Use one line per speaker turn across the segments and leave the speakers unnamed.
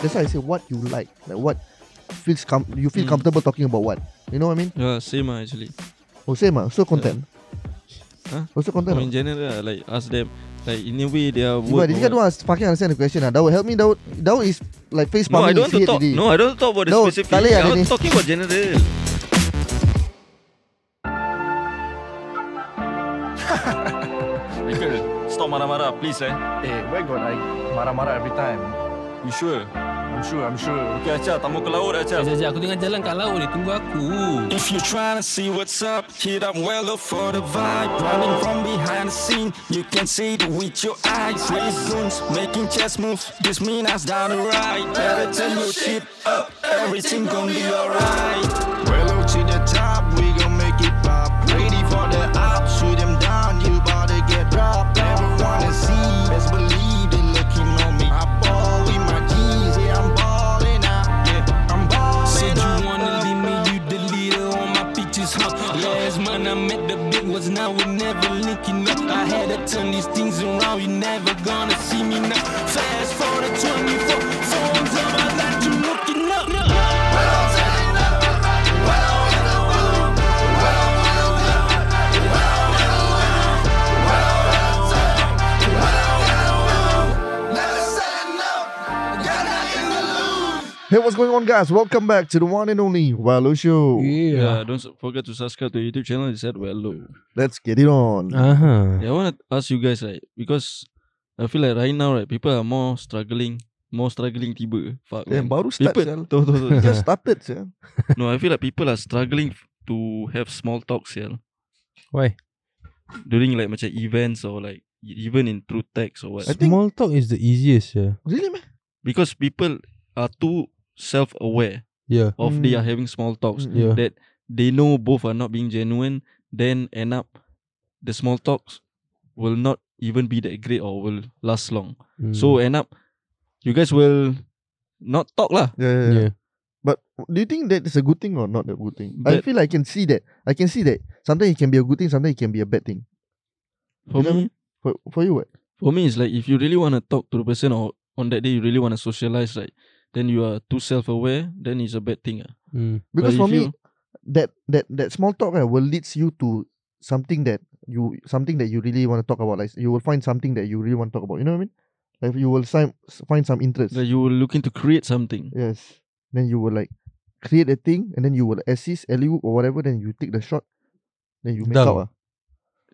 that's why I say what you like, like what feels com- you feel
Mm.
comfortable talking about what. You know what I mean?
Yeah, same ah, actually.
Oh, same ah, so content.
Huh?
Also content.
Or
ah?
in general, ah, like ask them, like in a way they are.
But this guy don't ask- fucking understand the question. Ah, Daud, help me. Daud, Daud is like face
No, I
palming
don't want
his
to
head
talk.
already.
No, I don't want to talk about the
No,
specific.
tak boleh
I
ada
was
ni.
talking about general.
Michael, stop marah-marah please eh.
Eh, where got I marah-marah every time?
You sure?
I'm sure, I'm sure.
Okay, Acha, tamu ke laut Acha.
Sekejap, aku tengah jalan kat laut ni. Tunggu aku.
If you're trying to see what's up, hit up well up for the vibe. Running from behind the scene, you can see it with your eyes. Raise goons, making chess moves. This mean us down the right. Better turn your shit up, everything gonna be alright. Well up to the top, we gon' make it pop. Ready for the op, shoot them down, you bout to get dropped. Everyone to see, best believe they looking on me. I ball in my jeans, yeah I'm ballin' out, yeah I'm ballin'
Said you
out.
wanna leave me, you the leader on my pictures, huh? Last month I met the big ones, now we're never linking up. I had to turn these things around, you never gonna see me now. Fast forward to 24, phones on my life, you looking up.
Hey, what's going on, guys? Welcome back to the one and only Walu Show.
Yeah, don't s- forget to subscribe to our YouTube channel. It's at Wello.
Let's get it on.
Yeah, I want to ask you guys right because I feel like right now right people are more struggling, more struggling tiba. Fuck.
Yeah,
man.
baru start.
people,
sial.
Tuh, tuh, tuh.
Just started, yeah.
no, I feel like people are struggling f- to have small talks yeah.
Why?
During like macam events or like e- even in through text or what.
I think-
Small talk is the easiest, yeah.
Really, man?
Because people are too self-aware
Yeah.
of they
Mm.
are having small talks.
Mm.
Yeah.
That they know both are not being genuine, then end up the small talks will not even be that great or will last long.
Hmm.
Mm.
So end up you guys will not talk lah.
Yeah, yeah, yeah.
yeah.
But do you think that is a good thing or not a good thing? I
That-
feel I can see that. I can see that. Sometimes it can be a good thing. Sometimes it can be a bad thing. You know
For
what I
me,
For for you, what?
for me, it's like if you really want to talk to the person or on that day you really want to socialize, right? Then you are too self-aware. Then it's a bad thing. ah.
Mm.
But
Because for
if
me,
you-
that that that small talk right, will leads you to something that you something that you really want to talk about. Like you will find something that you really want to talk about. You know what I mean? Like you will si- find some interest.
like you were looking to create something.
yes. Then you will like create a thing, and then you will assist, alley or whatever. Then you take the shot. Then you make
Dunk.
up ah,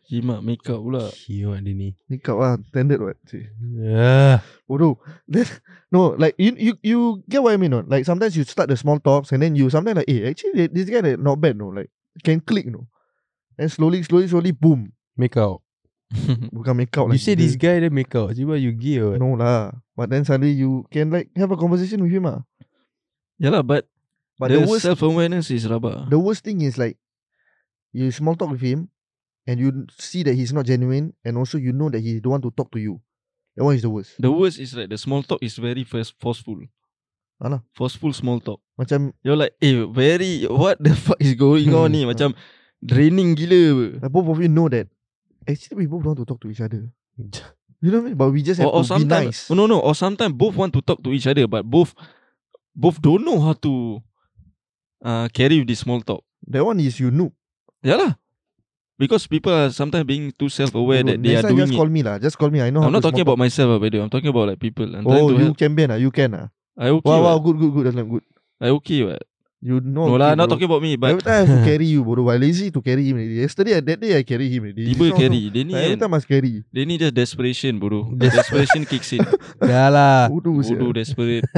Hima lah. make up
uh,
pula.
Kiwak dia ni.
make up ah, standard what? See.
Yeah.
Bodoh. Then no, like you you you get what I mean, no? Like sometimes you start the small talks and then you sometimes like, hey, actually this guy like, not bad, no, like can click, no. Then slowly, slowly, slowly, boom,
Make out.
bukan make out.
You
like,
say
the-
this guy then make out. Jiwa you gay or what?
No lah. But then suddenly you can like have a conversation with him ah.
yeah lah, but,
But
the
the worst,
self-awareness is ah. rubber.
the worst thing is like, you small talk with him, and you see that he's not genuine, and also you know that he don't want to talk to you. That one is the worst.
the worst is like the small talk is very first forceful.
Alah.
Forceful small talk.
Macam
You're like, eh, very, what the fuck is going on ni? Macam draining gila. apa.
like both of you know that actually we both don't want to talk to each other. You know what I mean? But we just have
or, or
to be
sometimes
nice.
oh, no no or sometimes both want to talk to each other but both both don't know how to uh, carry with this small talk
That one is you noob.
yeah lah because people are sometimes being too self-aware that they
Next time
are doing
just
it
call me lah. Just call me. I know.
I'm
how
not
to
talking
small
about myself ah, by the way. I'm talking about like people I'm
talk. Oh,
trying to
you
help
can be ah. You can ah.
I okay
Wow, wow,
what?
good, good, good. That's not good.
I okay what
You know. okay,
no lah not
bro.
talking about me but
every time I have to carry you, bro. I lazy to carry him. Already. Yesterday, that day I carry him. Already.
tiba
This one
carry they
also,
need
Like, every
an-
time must carry.
they need just desperation bro desperation kicks in
Dah lah.
Bodoh sia.
Bodoh desperate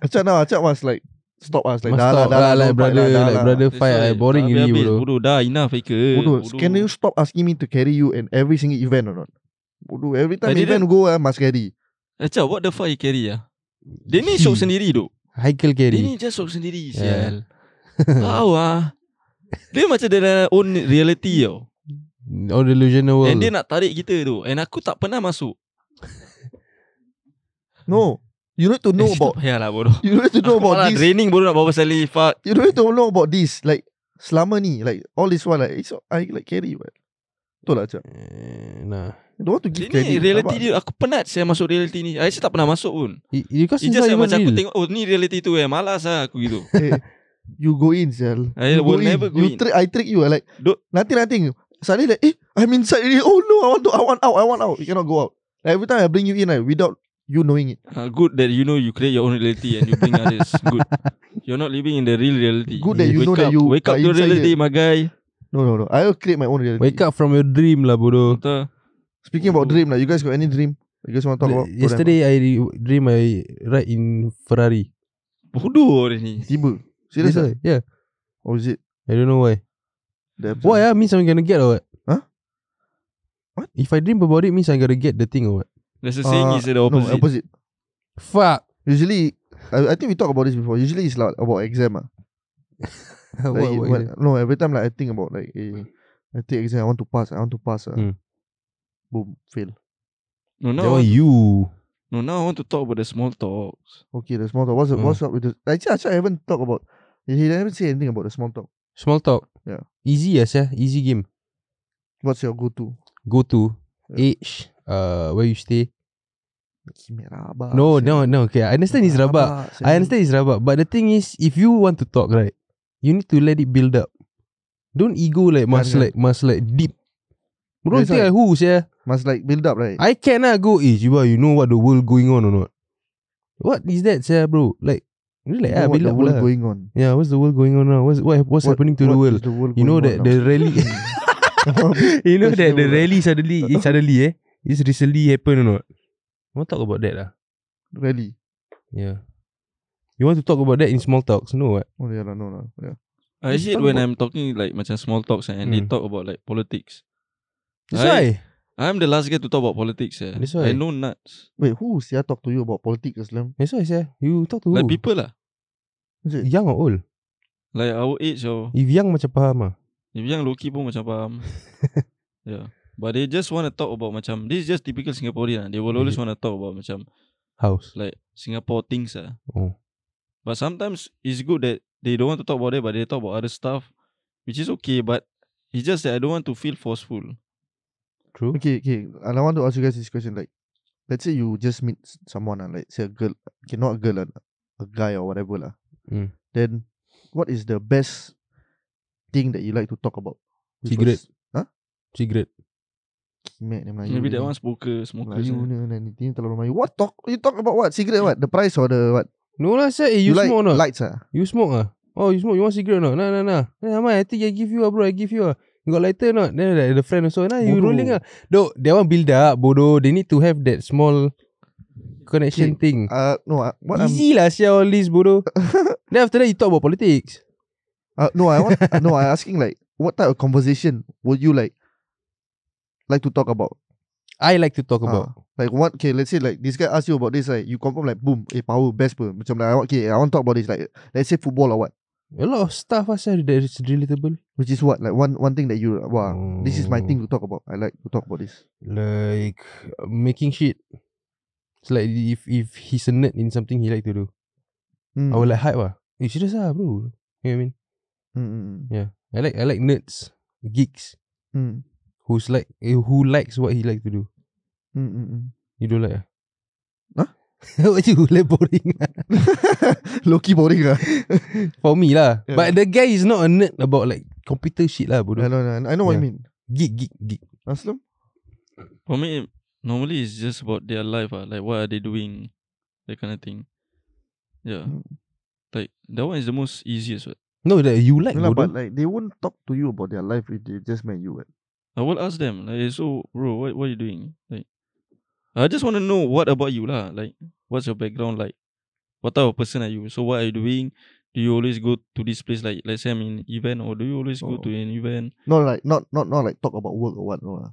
Acak now, Acak was like stop us like
Must
dah lah,
talk
dah lah,
lah, like
don't fight
brother,
lah, dah
like
lah.
brother
That's
fight.
why,
I boring
tak
already,
habis-habis,
bro.
Bodoh dah enough eh, Haikal
Bodoh. Can you stop asking me to carry you in every single event or not? Bodoh. Every time
I
event go ah must carry.
Acah Eh, what the fuck you carry ah Dia ni shock
Hmm.
sendiri tu
Haikal
Dia
carry.
ni just shock sendiri
Yeah.
Sial Tahu ah Dia macam dia dalam own reality tau
All delusional world.
Eh,
And dia nak tarik kita tu And aku tak pernah masuk
No. You need to know
Eh,
about.
Payah lah bodoh
You need to know
Aku malah
about this.
Draining bodoh nak bawa pasal ni Fuck
You don't need to know about this. Like selama ni, like all this one, like it's I like carry. But. Betul lah cak.
Eh, Nah.
I don't want to give credit.
Ini reality
rabak.
dia Aku penat saya masuk reality ni Aisyah tak pernah masuk pun
You, you cause
It's
it's
just like
not even
macam aku
real.
tengok Oh ni reality tu eh Malas lah aku gitu
Eh, you go in, Zal.
I
you
will never go
you
in.
Trick, I trick you. I like,
Don't-
nothing, nothing. Suddenly like, eh, I'm inside already. Oh no, I want to, I want out, I want out. You cannot go out. Like, every time I bring you in, like, without you knowing it.
uh, Good that you know You create your own reality And you bring others Good You're not living in the real reality
Good that you
wake
know that
up,
you
Wake up
are
to
inside
reality my guy
No, no, no. I will create my own reality.
Wake up from your dream lah bodoh.
Betul
Speaking about dream, like, you guys got any dream? You guys want to talk about?
Yesterday I re- dream I ride in Ferrari.
Bodoh hari ni
Tiba. Serious? ah?
That's why, Yeah.
Or is it?
I don't know why.
The
Why ah? Means I'm gonna get or what?
Huh?
What? If I dream about it, means I gotta get the thing or what?
There's a saying
Uh,
Is the
No,
opposite
opposite.
Fuck.
Usually, I, I think we talked about this before. Usually, it's like about exam. Ah.
What-
Like,
what-
when- no, every time like I think about like, eh, I take exam, I want to pass, I want to pass. ah.
Hmm.
Boom, fail.
No
That
now
one you.
No now I want to talk About the small talks
Okay, the small talk. What's, the
Hmm.
what's up with the? Actually, actually, I haven't talked about. He haven't say anything about the small talk.
Small talk.
Yeah.
Easy yes yeah. Easy game.
What's your go-to?
Go to age. Uh, where you stay.
Kimi rabak.
no,
sia.
no, no. Okay, I understand
Ah,
it's rabak.
sia.
I understand it's rabak. But the thing is, if you want to talk, right, you need to let it build up. Don't ego like must
Kan,
like must like deep. Bro, you
That's
think
why-
I who yeah?
Must like build up, right?
I cannot go eh Jiba you know what the world going on or not What is that sir bro Like Really
You know
ah,
what
build
the
up
world
lah
going on?
Yeah what's the world going on now What's what, what's
What-
happening to the
what
world
is the world?
You know that
going
the rally
on now?
You know
What's
that
the
the
world?
rally suddenly it Suddenly eh It's recently happened or not Want to talk about
ah?
that lah
rally.
Yeah You want to talk about that in small talks No what
Oh yeah, lah, no lah. Yeah.
I
Just
hate
talk
when
about-
I'm talking Like macam small talks And they
Hmm.
talk about like politics I-
That's why
I'm the last guy to talk about politics. Eh.
That's
I
why.
know nuts.
Wait, who sia talk to you about politics, Islam?
That's why sir You talk to
Like
who
people lah.
Is it?
Young or old
Like our age oh. or
If young macam faham ah.
if young Loki pun macam faham. yeah. But they just want to talk about macam this is just typical Singaporean. ah. They will always want to talk about macam
House
like Singapore things ah.
Oh.
But sometimes it's good that they don't want to talk about it, but they talk about other stuff, which is okay. But it's just that I don't want to feel forceful.
True
Okay, okay. And I want to ask you guys this question. Like, let's say you just meet s- someone, uh, like say a girl, okay, not a girl, uh, a guy or whatever, lah.
Mm.
Then, what is the best thing that you like to talk about? Which
Cigarette.
was-
Cigarette
Kimek ni Melayu ni.
Maybe that one smoker, smokers.
Melayu
eh.
ni, ni, ni, ni terlalu Melayu. What talk? You talk about what? Cigarette what? The price or the what?
No lah sir eh, You,
like
smoke or not
lights ah?
You smoke ah? Oh, you smoke? You want cigarette or not? Nah, nah, nah. Nah, man, I think I give you ah, bro. I give you ah. You got lighter or not? Then the, the friend also. Nah, you
Bodoh.
rolling ah. No, that one build up, bodoh. They need to have that small connection thing.
Uh, no, uh, what I'm-
Easy lah, share all this, bodoh. then after that, you talk about politics.
Uh, no, I want. uh, no, I asking like, what type of conversation would you like, like to talk about?
I like to talk
Ah.
about.
Like what? Okay, let's say like this guy ask you about this, like you confirm like boom, eh power best pun. Macam like I want- okay, I want to talk about this. Like let's say football or what,
A lot of stuff ah, sir, that is relatable. Oh,
which is what like one one thing that you wow, this is my thing to talk about. I like to talk about this.
Like uh, making shit. It's like if if he's a nerd in something he like to do.
Mm.
I will like hype ah. You serious ah, bro? You know what I mean?
Mm, mm,
I like I like nerds, geeks.
mm, mm,
who's like eh, who likes what he like to do.
mm, mm, mm.
You don't like? ah?
Huh?
what you like boring ah?
Loki hmm. boring ah. lah.
for me lah.
Yeah.
But the guy is not a nerd about like computer shit lah,
I
bodoh.
know, I know, I know what you
Yeah.
mean.
Geek, geek, geek.
Aslam,
For me, normally it's just about their life, ah, like what are they doing, that kind of thing. Yeah,
Mm.
like that one is the most easiest. What.
No, that you like
no, lah, but
bodoh.
like they won't talk to you about their life if they just met you. eh.
I will ask them, like, "Eh, so bro, what what are you doing? Like, I just want to know what about you lah. Like, what's your background like? What type of person are you? So what are you doing? Do you always go to this place? Like, let's say I'm in event, or do you always go
Oh.
to an event?
No, like not not not like talk about work or what. No lah.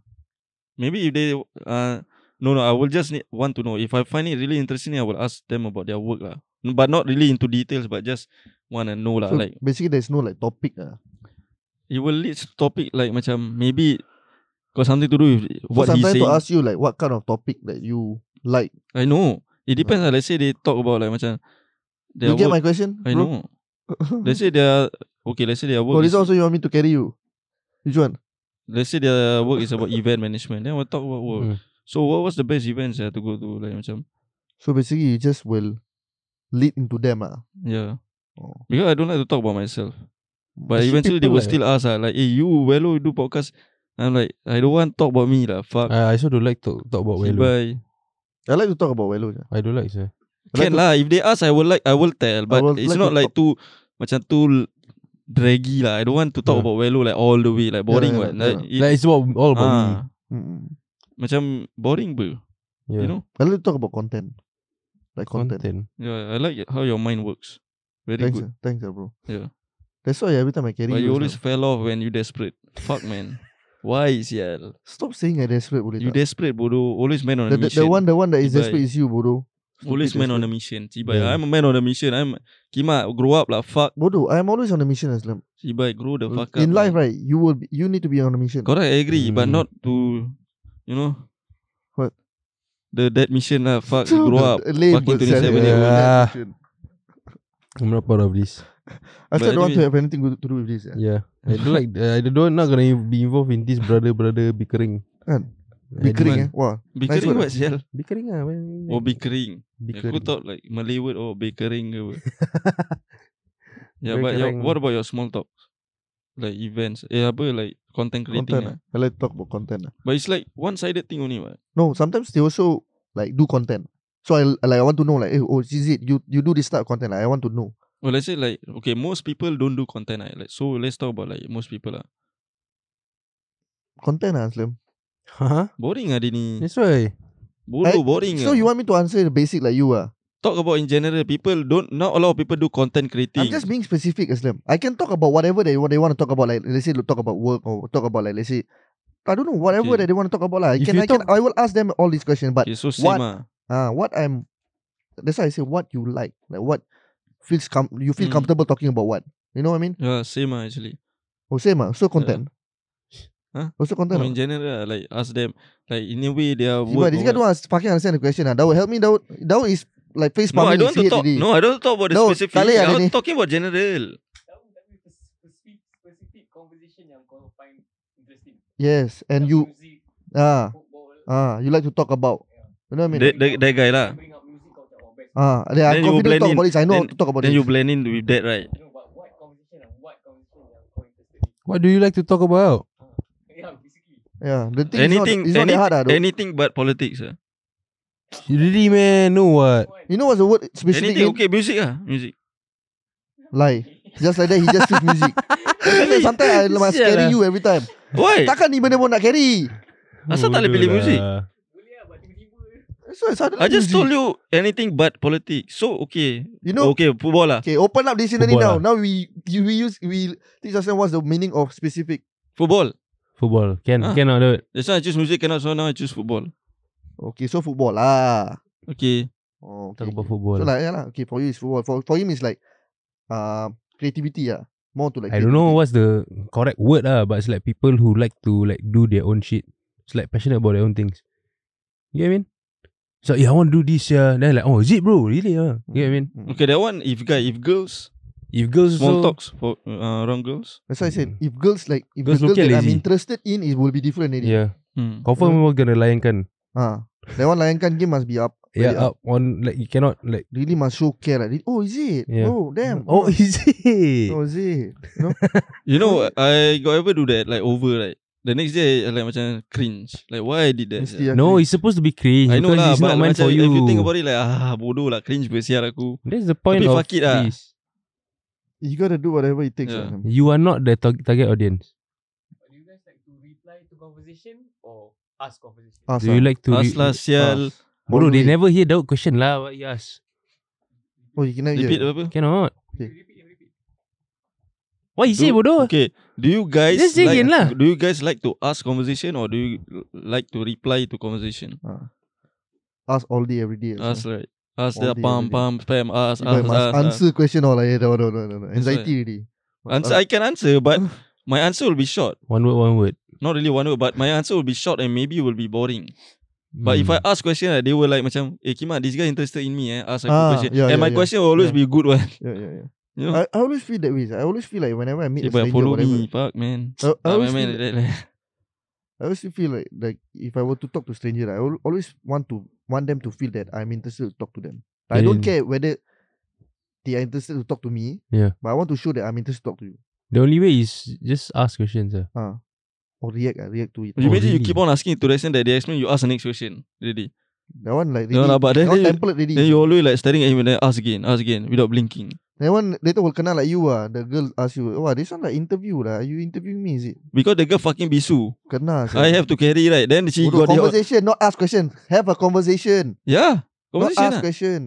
Maybe if they uh no no, I will just need, want to know if I find it really interesting. I will ask them about their work lah, N- but not really into details, but just want to know lah.
So
Uh, like
basically there's no like topic ah.
it will lead to topic like macam maybe got something to do with what
so
he's
sometimes
saying.
to ask you like what kind of topic that you like.
I know. It depends. lah. Let's say they talk about like macam their
Hmm. you get my
work.
question?
I
bro?
know. let's say their okay. Let's say their work.
oh, this
is-
also you want me to carry you. Which one?
let's say their work is about event management, then we'll talk about work.
Hmm.
So what was the best events uh, to go to? Like macam,
So basically, you just will lead into them. Ah.
yeah.
Oh.
Because I don't like to talk about myself. But
Actually,
eventually they
people
will
like-
still ask uh, like, hey, you, Welo, you do podcast. I'm like, I don't want talk about me lah. Fuck.
I also don't like to talk about
Okay,
Welo.
bye.
I like to talk about Welo. je.
I don't like,
I
sir.
like
Can
to-
lah. If they ask, I will like, I will tell. But
will
it's
like to
not like too macam too l- draggy lah. I don't want to talk
Yeah.
about Welo like all the way, like boring
yeah,
one.
yeah.
Like, it-
like it's about, all about
ah,
Mm.
macam boring ber.
me. Yeah.
You know?
I like to talk about content. Like content.
content.
Yeah, I like how your mind works. Very
Thanks,
good.
ah. thanks, ah, bro.
Yeah.
That's why every time I carry
But
you,
you always
ah.
fell off when you desperate. Fuck man. Why is yeah?
stop saying I desperate. Boleh
You
tak?
desperate bodoh. Always man on
The,
a
the,
mission.
the one, the one that is
Tiba, eh.
desperate is you, bodoh.
Always
Stupid
man on a mission. Cibai,
Yeah.
I'm a man on a mission. I'm Kima, grow up lah. Fuck.
Bodoh. I am always on a mission, Aslam.
Cibai, grow the fuck up.
In life,
man.
right? You will. Be, you need to be on a mission.
Correct, I agree, but
Mm.
not to, you know,
What?
The that mission lah. Fuck, grow up.
Lame,
Fucking
but sad,
27
yeah.
year old.
that mission.
I'm not proud of this.
Aslam
But
don't want to
anyway-
have anything to do with this. Yeah.
Yeah. I don't like, I don't, not gonna be involved in this brother-brother bickering.
Kan?
I
Bickering, eh?
don't-
Wah.
Bickering
word.
what sial?
Bickering ah. why- why-
Oh bickering.
bickering.
Aku thought like Malay word or bickering ke apa. yeah, but your,
Bickering.
what about your small talk? Like events, eh apa like content creating.
Content.
Content,
ah. I like to talk about content. ah.
But it's like one-sided thing only, what?
No, sometimes they also like do content. So I like I want to know like eh, oh is it you you do this type of content like, I want to know.
Well, let's say like okay, most people don't do content. ah. Like so, let's talk about like most people lah.
Content ah Aslam.
Huh?
Boring ah dia ni.
That's why.
Bodoh
I-
boring.
So
ah.
you want me to answer the basic like you ah?
talk about in general people don't not a lot of people do content creating.
I'm just being specific Aslam. I can talk about whatever they what they want to talk about like let's say talk about work or talk about like let's say I don't know whatever that
Okay.
they want to talk about lah. I
If
can
you
I can I will ask them all these questions but
okay, so same
what-
ah.
ah what I'm that's why I say what you like like what feels com- you feel
Mm.
comfortable talking about what you know what I mean?
Yeah, same ah actually.
Oh same ah so content.
Huh?
Also content.
No,
ah?
in general, ah, like ask them like in a way they are
See, but
work.
this guy
or
don't
what.
ask, fucking understand the question. Ah, Daud, help me, Daud. Daud is like face
No, I
palming
don't want
his
to
head
talk.
already.
No, I don't want to talk about the
No,
specific.
tak boleh ah
I
dia
was
ni.
talking about general.
Yes, and you, ah, ah, you like to talk about. You know what I mean?
That, that, that guy lah.
ah, then I'm
Then you
confident to
blend
talk
in.
about this. I know
Then-
how to talk about
Then
this.
you blend in with that, right?
What do you like to talk about?
yeah, the thing
Anything,
is not, it's not that hard. Ah,
anything,
though.
anything but politics. ah.
Really man, no what?
you know what's the word specific
Anything,
in?
okay, music ah, music.
Lie. Just like that, he just choose music. Sometimes sometimes I must
Sial
carry
lah.
you every time.
Why?
Takkan ni benda pun nak carry.
Asal tak boleh pilih
Bodoh
music?
lah.
So, so
I just told you anything but politics. So okay,
You know,
okay, football lah.
okay, open up dictionary now.
Football lah.
Now we you, we use we teach us what's the meaning of specific.
Football.
Football. Can
Ah.
cannot do it.
That's why I choose music cannot. So now I choose football.
Okay, so football lah.
Okay.
Oh, okay.
Talk about football.
So like, yeah lah. Okay, for you is football. For for him is like, uh, creativity ah. More to like.
I don't know what's the correct word ah, but it's like people who like to like do their own shit. It's like passionate about their own things. You get what I mean? So yeah, I want to do this yeah. Then like, oh, is it bro? Really? Yeah. You get what I mean?
Mm.
Okay, that one if guy if girls
If girls
small
also,
talks for uh, wrong girls.
That's why I said if girls like if
Mm. Girls
the girl
look at
that I'm
lazy.
interested in it will be different already.
yeah,
Hmm.
confirm we're gonna layankan.
Ah, that one layankan game must be up.
Yeah,
Really up.
up on like you cannot like.
Really must show care. Like, re- oh, is it?
Yeah.
Oh, damn.
Oh, is it?
Oh, is it?
You know, I got ever do that like over right. The next day I like macam cringe. Like why I did that?
Mesti ah.
sia.
No, it's supposed to be lah, cringe.
I know lah,
because it's
but
not meant
macam
for you.
if you think about it like ah bodoh lah cringe bersiar aku.
That's the point
Tapi
of
fuck it lah.
this.
you gotta do whatever it takes.
Yeah.
ah.
You are not the tar- target audience.
Ask
Do you ah.
ah.
like to?
Ask lah sial.
Ask.
Bro, they
Always.
never hear that question lah. What you ask?
Oh, you cannot.
Repeat
Yeah.
apa?
Cannot.
Okay.
What you say,
Do-
bodoh?
Okay. Do you guys
Just say
like,
again lah.
do you guys like to ask conversation or do you like to reply to conversation?
Ask all day, every day.
Ask right. Ask
All
the
day, every
pam
day.
pam spam ask
You guys
ask
must
ask. ask.
answer question all. Like, no, no, no, no, no.
That's why.
Anxiety already.
Answer I can answer but my answer will be short.
One word, one word.
Not really one word, but my answer will be short and maybe will be boring. But if
Hmm.
Hmm.
I ask question, like, they were like, macam, eh, Kima, this guy interested in me, eh? Ask a good
Ah,
question.
yeah,
and
yeah,
my
yeah.
question will always
Yeah.
be good one.
Yeah, yeah, yeah.
You know?
I, I always feel that way. I always feel like whenever I meet
Eh,
a
but
stranger,
follow
whatever. Oh,
me, fuck, man.
I, I
Ah,
always
man,
feel
man, like that, like.
I always feel like like if I were to talk to stranger, I al- always want to want them to feel that I'm interested to talk to them. I don't
Then-
care whether they are interested to talk to me.
Yeah.
But I want to show that I'm interested to talk to you.
The only way is just ask questions. Uh.
Uh, or react, I react to it.
You
Oh,
imagine you
really?
keep on asking to the extent that they explain, you ask the next question. Really.
That one like
No
really,
lah, but then-
that one
then you-
template already.
Then you always like staring at him and then ask again, ask again without blinking.
That one later will kena like you ah. The girl ask you, "Wah, this one like interview lah. Are you interviewing me? Is it
Because the girl fucking bisu.
kena?" sia.
I have to carry right. Then she
Bodoh,
got the
conversation, not ask question. Have a conversation,
yeah
not
conversation.
ask
lah.
question.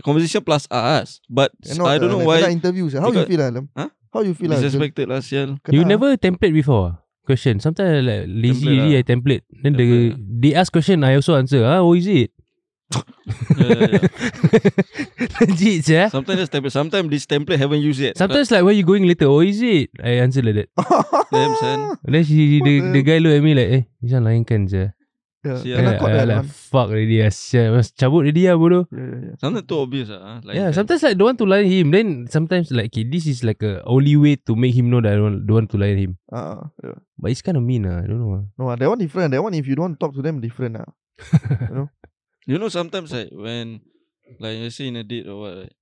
Conversation plus us, but
And
I
uh,
don't know
like,
why
kena interview sia. How
because-
you feel lah? Lam?
Huh?
How you feel lah? girl?
disrespected last year.
Kena.
You never template before? ah? Question. Sometimes I like lazy
Template
already,
lah.
I template. Then
Template
the they ask question, I also answer. Ah, oh is it?
yeah, yeah, yeah.
Legit, yeah.
Sometimes just template. Sometimes this template haven't used yet.
Sometimes like where you going later? Oh is it? I answer like that.
damn son.
Then she
What
the,
the-
the guy look at me like, eh, this one lainkan je.
Yeah.
Yeah.
Kena
Then I,
caught
I
that
like
one.
fuck already, ah, sia. Must cabut already ah bodoh.
Yeah, yeah, yeah.
Sometimes too obvious ah. Like
yeah, sometimes like don't want to lie him. Then sometimes like okay, this is like a only way to make him know that I don't, don't want to lie him.
Uh, yeah.
But it's kind of mean ah. I don't know. ah.
No, ah, that one different. That one if you don't talk to them different ah.
You know, sometimes like when, like let's say in a date or what, right,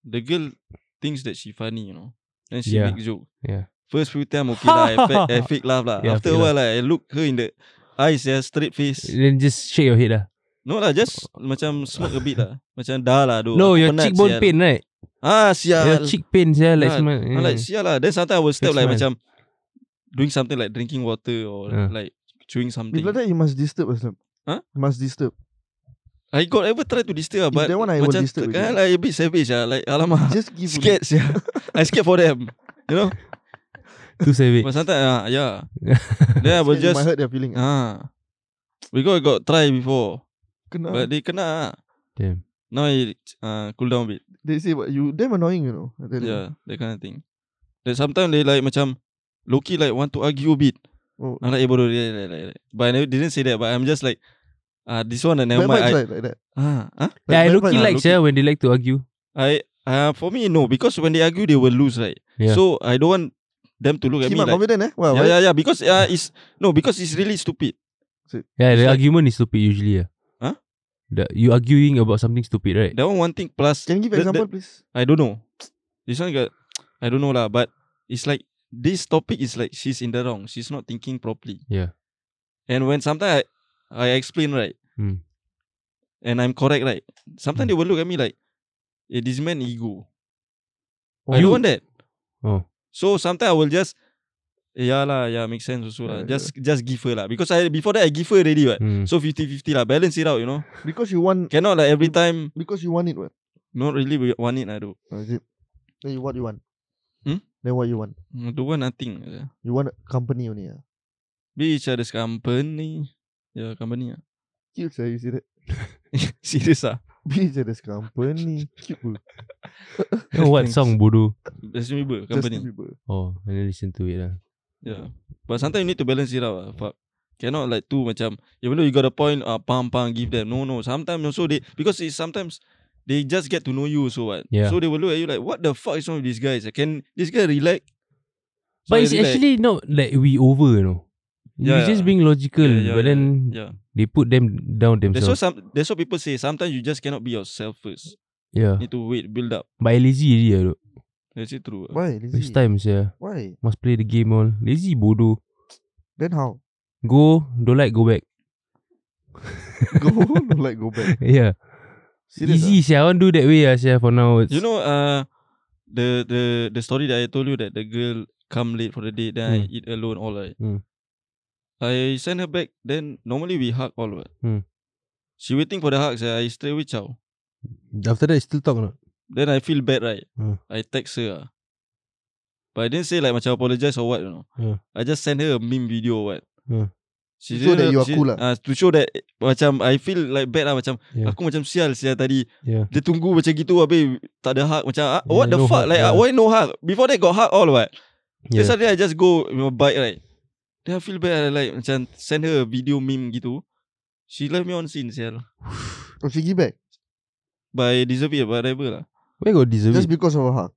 the girl thinks that she funny, you know, and she
Yeah.
make joke.
Yeah.
First few time okay lah, I fake, I fake laugh lah.
Yeah,
After a
fake
while like, I look her in the eyes, yeah, straight face.
Then just shake your head ah. lah.
No lah, just macam smirk a bit lah, macam dah lah doh.
no,
aku
your
penat,
cheekbone
sial.
pain right?
Ah
your
sial.
cheek Mm. pain yeah, like
Yeah,
smile.
I'm like sial lah. Then sometimes I will step
Fake
like
smile.
macam doing something like drinking water or
Ah.
like chewing something.
If like that, you must disturb us. Lam.
Huh?
You must disturb.
I got ever try to disturb
If
ah, but
that one I will
macam
disturb
kan
already.
like a bit savage ah like alamak.
Just give. only.
scared yeah. I scared for them. You know?
too savage.
But sometimes uh, yeah. Then I will
Scared you
just
might hurt their feeling.
ah. Because I got try before.
Kena.
But they kena ah.
Damn.
Now it uh, cool down a bit.
They say what you damn annoying, you know. I tell you.
Yeah, that kind of thing. Then sometimes they like macam Loki like want to argue a bit.
Oh.
I'm like, eh, bodoh, like, like, like. But I never, didn't say that. But I'm just like, ah, this one, uh, never
Bad
mind.
vibes,
I,
right, like that.
ah, ah,
Yeah, I
Bad
look
vibes,
he
ah,
likes
low-key.
yeah when they like to argue.
I, uh, for me, no, because when they argue, they will lose, right?
Yeah.
So I don't want them to look at
Keep
me
up
like,
confident, eh? Wow,
yeah,
right?
yeah, yeah, because uh, it's no, because it's really stupid.
Yeah,
It's
the
like-
argument is stupid usually. Yeah.
Huh?
The, you arguing about something stupid, right?
That one one thing plus
Can you give
that-
example,
that-
please?
I don't know. This one got I don't know lah, but it's like this topic is like she's in the wrong. She's not thinking properly.
Yeah.
And when sometimes I, I explain right,
Hmm.
and I'm correct right, sometimes they will look at me like, eh, this man ego. I
You-
don't want that.
Oh.
So sometimes I will just "Eh, yeah lah, yeah, makes sense also lah.
Yeah,
just just give her lah. Because I before that I give her already what.
Mm.
So 50-50 lah, balance it out, you know.
Because you want,
Cannot like
Mm.
every time
because you want it, what?
not really we want it I do.
Oh, Is it? Then you, what you want?
Hmm?
Then what you want?
I Don't want nothing. Yeah.
You want company only, ah?
Be each other's company. Yeah, company ah.
Cute, sir. You see that?
Serious ah.
Be this company. Cute, bro.
Then what
Thanks.
song bodoh?
Justin Bieber
Justin
company.
Bieber.
Oh, and then listen to it lah.
Yeah. But sometimes you need to balance it out ah. Fuck. Cannot like too macam even though you got a point ah pam pam give them. No no. Sometimes also they because it's sometimes they just get to know you so what.
Yeah.
So they will look at you like what the fuck is wrong with these guys? Can this guy relax? So I
But it's
relax.
actually not like we over, you know.
Yeah,
You're just
yeah.
being logical,
yeah, yeah,
but
yeah,
then
yeah.
they put them down
That's what
themselves.
some that's what people say. Sometimes you just cannot be yourself first.
yeah.
Need to wait, build up.
But I lazy already, yeah, though.
That's it true. ah.
Why? Lazy?
Waste time, yeah.
Why?
Must play the game all. Lazy bodoh.
Then how?
Go, don't like, go back.
Go home or like go back?
yeah.
Serious
Easy, sia. I want do that way, ah, sia. For now, it's
You know, uh, the the the story that I told you that the girl come late for the date, then I
Hmm.
Mm.
eat alone, all right.
Mm.
I send her back. Then normally we hug all right.
Hmm.
Mm.
She waiting for the hugs. I straight away chow.
After that, still talk or not?
Then I feel bad, right?
Hmm.
Mm.
I text her. ah. But I didn't say like macam apologize or what, you know.
Yeah.
I just send her a meme video or what.
Yeah.
Hmm.
She
To show that
didn't-
you are
she-
cool lah.
ah, to show that eh, macam I feel like bad lah macam
Hmm.
Yeah.
aku macam sial sial tadi
Yeah.
Dia tunggu macam gitu Habis tak ada hug Macam ah, what the
Yeah, no
fuck
hug,
Like
yeah.
yeah. why no hug Before that got hug all what yeah. Then
Yeah.
suddenly I just go With my bike right Then I feel bad I like Macam send her a video meme gitu She left me on scene sial
Oh, she give back
But I deserve it Whatever lah
Where got deserve
just
it?
because of her hug.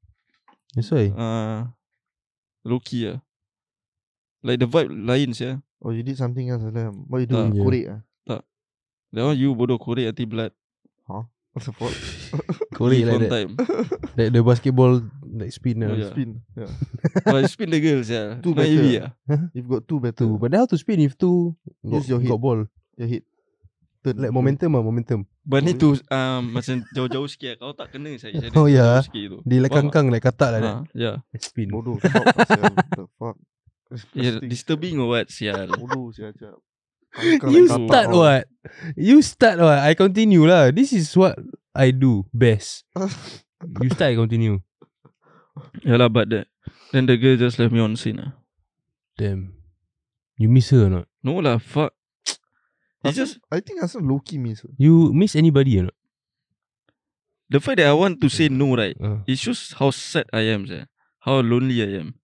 That's why.
uh, Low key lah Ah, Like the vibe lain sia.
Or Oh, you did something else lah. What you do?
Ah.
in
Yeah.
Korek ah.
That one you bodoh korek hati blood.
What the fuck?
Korek
Leave
like
on
that.
time.
Like the basketball like spin
Oh,
lah.
yeah.
Spin. Yeah.
But spin the girl sia.
Two
Not
better.
heavy ah.
You've got two better.
Two. But then how to spin if two got,
Use your
got
head.
ball?
Your head. Turn.
Like momentum ah, momentum.
But ni tu um, macam jauh-jauh sikit ah. Kau tak kena saya jadi
Oh, yeah.
jauh sikit tu.
Dia like
Faham tak?
kangkang like katak lah.
Ah, yeah.
that. Spin.
Bodoh. Stop. sia. What the fuck?
yeah.
Disgusting.
Disturbing or what sial.
Bodoh sia. sia.
You
Kangkang like
start
katak,
what? You start what? I continue lah. This is what I do best. you start, I continue.
yeah lah but that. Then the girl just left me on scene ah.
Damn. You miss her or not?
No lah fuck.
Asal-
It's just
I think Asal Loki miss.
You miss anybody or not?
the fact that I want to say no right.
Ah.
Uh,
It shows how sad I am sia. How lonely I am.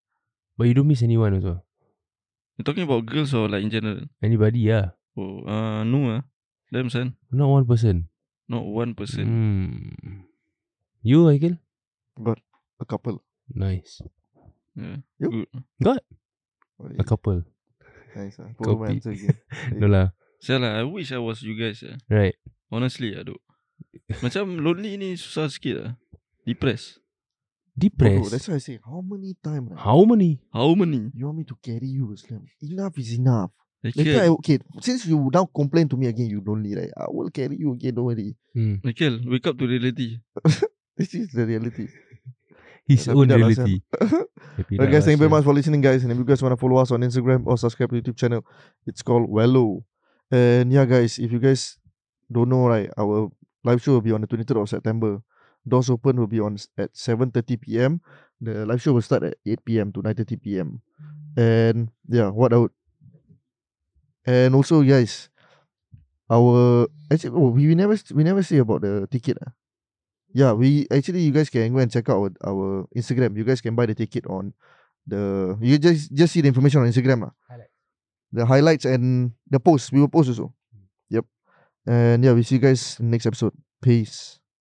but you don't miss anyone also.
You talking about girls or like in general?
Anybody, yeah.
Oh, uh, no ah. Damn son.
Not one person.
Not one person.
Mm. You, Aikil?
A couple.
Nice.
Yeah.
You?
Good.
A couple.
Oh, Nice ah. Follow my
Copy.
answer again.
No lah.
Sia lah, I wish I was you guys ah.
Right.
Honestly aduh. Macam lonely ni susah sikit lah. Depressed.
Bodoh.
Depressed.
Oh, That's why I say how many times
How many?
How many?
you want me to carry you, Islam? Enough is enough. Later, I,
Nikhil,
okay, since you now complain to me again, you lonely, right? I will carry you again, don't worry.
Mm.
Nikhil, wake up to reality.
This is the reality.
His
Happy
own
dah lah,
reality. Happy
Alright,
dah
guys,
lah,
thank you very
sia.
much for listening, guys. And if you guys want to follow us on Instagram or subscribe to YouTube channel, it's called Wello. And yeah, guys, if you guys don't know, right, our live show will be on the 23rd of September. Doors open will be on s- at 7:30 p.m. The live show will start at 8 p.m. to 9:30 p.m. And yeah, what out? And also, guys, our actually oh, we, we never s- we never say about the ticket. ah. Yeah, we actually you guys can go and check out our, our Instagram. You guys can buy the ticket on the you just just see the information on Instagram lah. The highlights and the posts. We will post also. Yep. And yeah, we see you guys next episode. Peace.